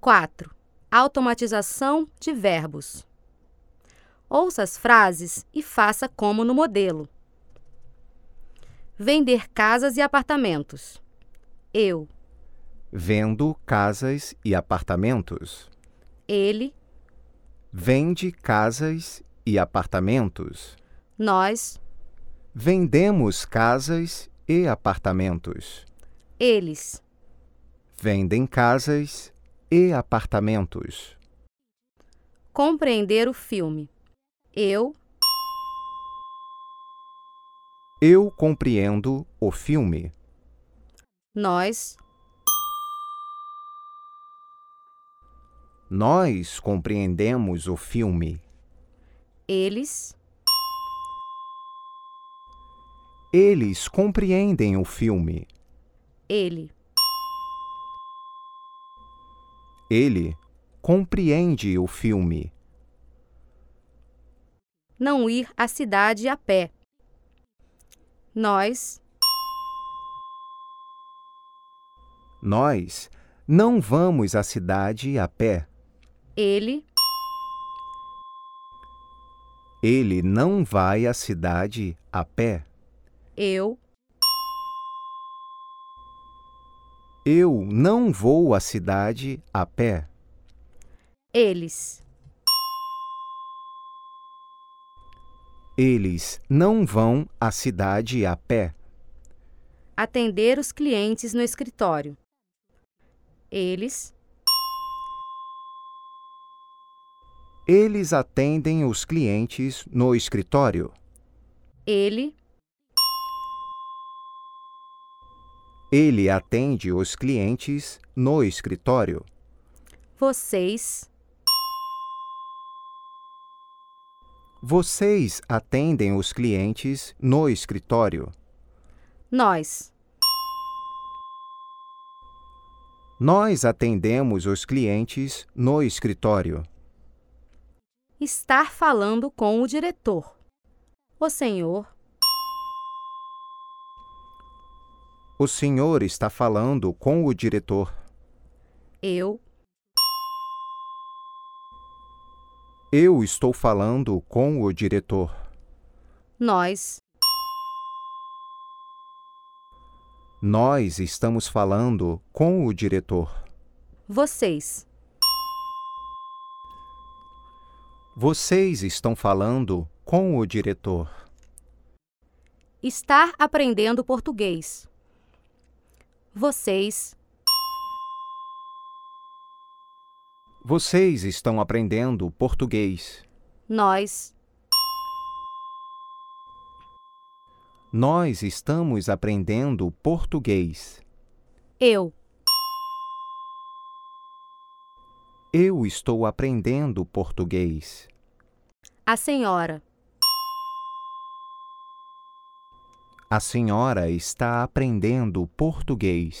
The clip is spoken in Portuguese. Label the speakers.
Speaker 1: 4. Automatização de verbos. Ouça as frases e faça como no modelo. Vender casas e apartamentos. Eu,
Speaker 2: Vendo casas e apartamentos.
Speaker 1: ele,
Speaker 2: Vende casas e apartamentos.
Speaker 1: nós,
Speaker 2: Vendemos casas e apartamentos.
Speaker 1: eles.
Speaker 2: Vendem casas e apartamentos.
Speaker 1: Compreender o filme. Eu,
Speaker 2: Eu compreendo o filme.
Speaker 1: nós,
Speaker 2: Nós compreendemos o filme.
Speaker 1: eles,
Speaker 2: Eles compreendem o filme.
Speaker 1: ele.
Speaker 2: Ele compreende o filme.
Speaker 1: Não ir à cidade a pé. Nós,
Speaker 2: Nós não vamos à cidade a pé.
Speaker 1: ele,
Speaker 2: Ele não vai à cidade a pé.
Speaker 1: eu,
Speaker 2: Eu não vou à cidade a pé.
Speaker 1: eles.
Speaker 2: Eles não vão à cidade a pé.
Speaker 1: Atender os clientes no escritório. Eles,
Speaker 2: Eles atendem os clientes no escritório.
Speaker 1: ele,
Speaker 2: Ele atende os clientes no escritório.
Speaker 1: vocês,
Speaker 2: Vocês atendem os clientes no escritório.
Speaker 1: nós.
Speaker 2: Nós atendemos os clientes no escritório.
Speaker 1: Estar falando com o diretor. O senhor,
Speaker 2: O senhor está falando com o diretor.
Speaker 1: eu,
Speaker 2: Eu estou falando com o diretor.
Speaker 1: nós,
Speaker 2: Nós estamos falando com o diretor.
Speaker 1: vocês.
Speaker 2: Vocês estão falando com o diretor.
Speaker 1: Estar aprendendo português. Vocês,
Speaker 2: Vocês estão aprendendo português.
Speaker 1: nós,
Speaker 2: Nós estamos aprendendo português.
Speaker 1: eu,
Speaker 2: Eu estou aprendendo português.
Speaker 1: a senhora,
Speaker 2: A senhora está aprendendo português.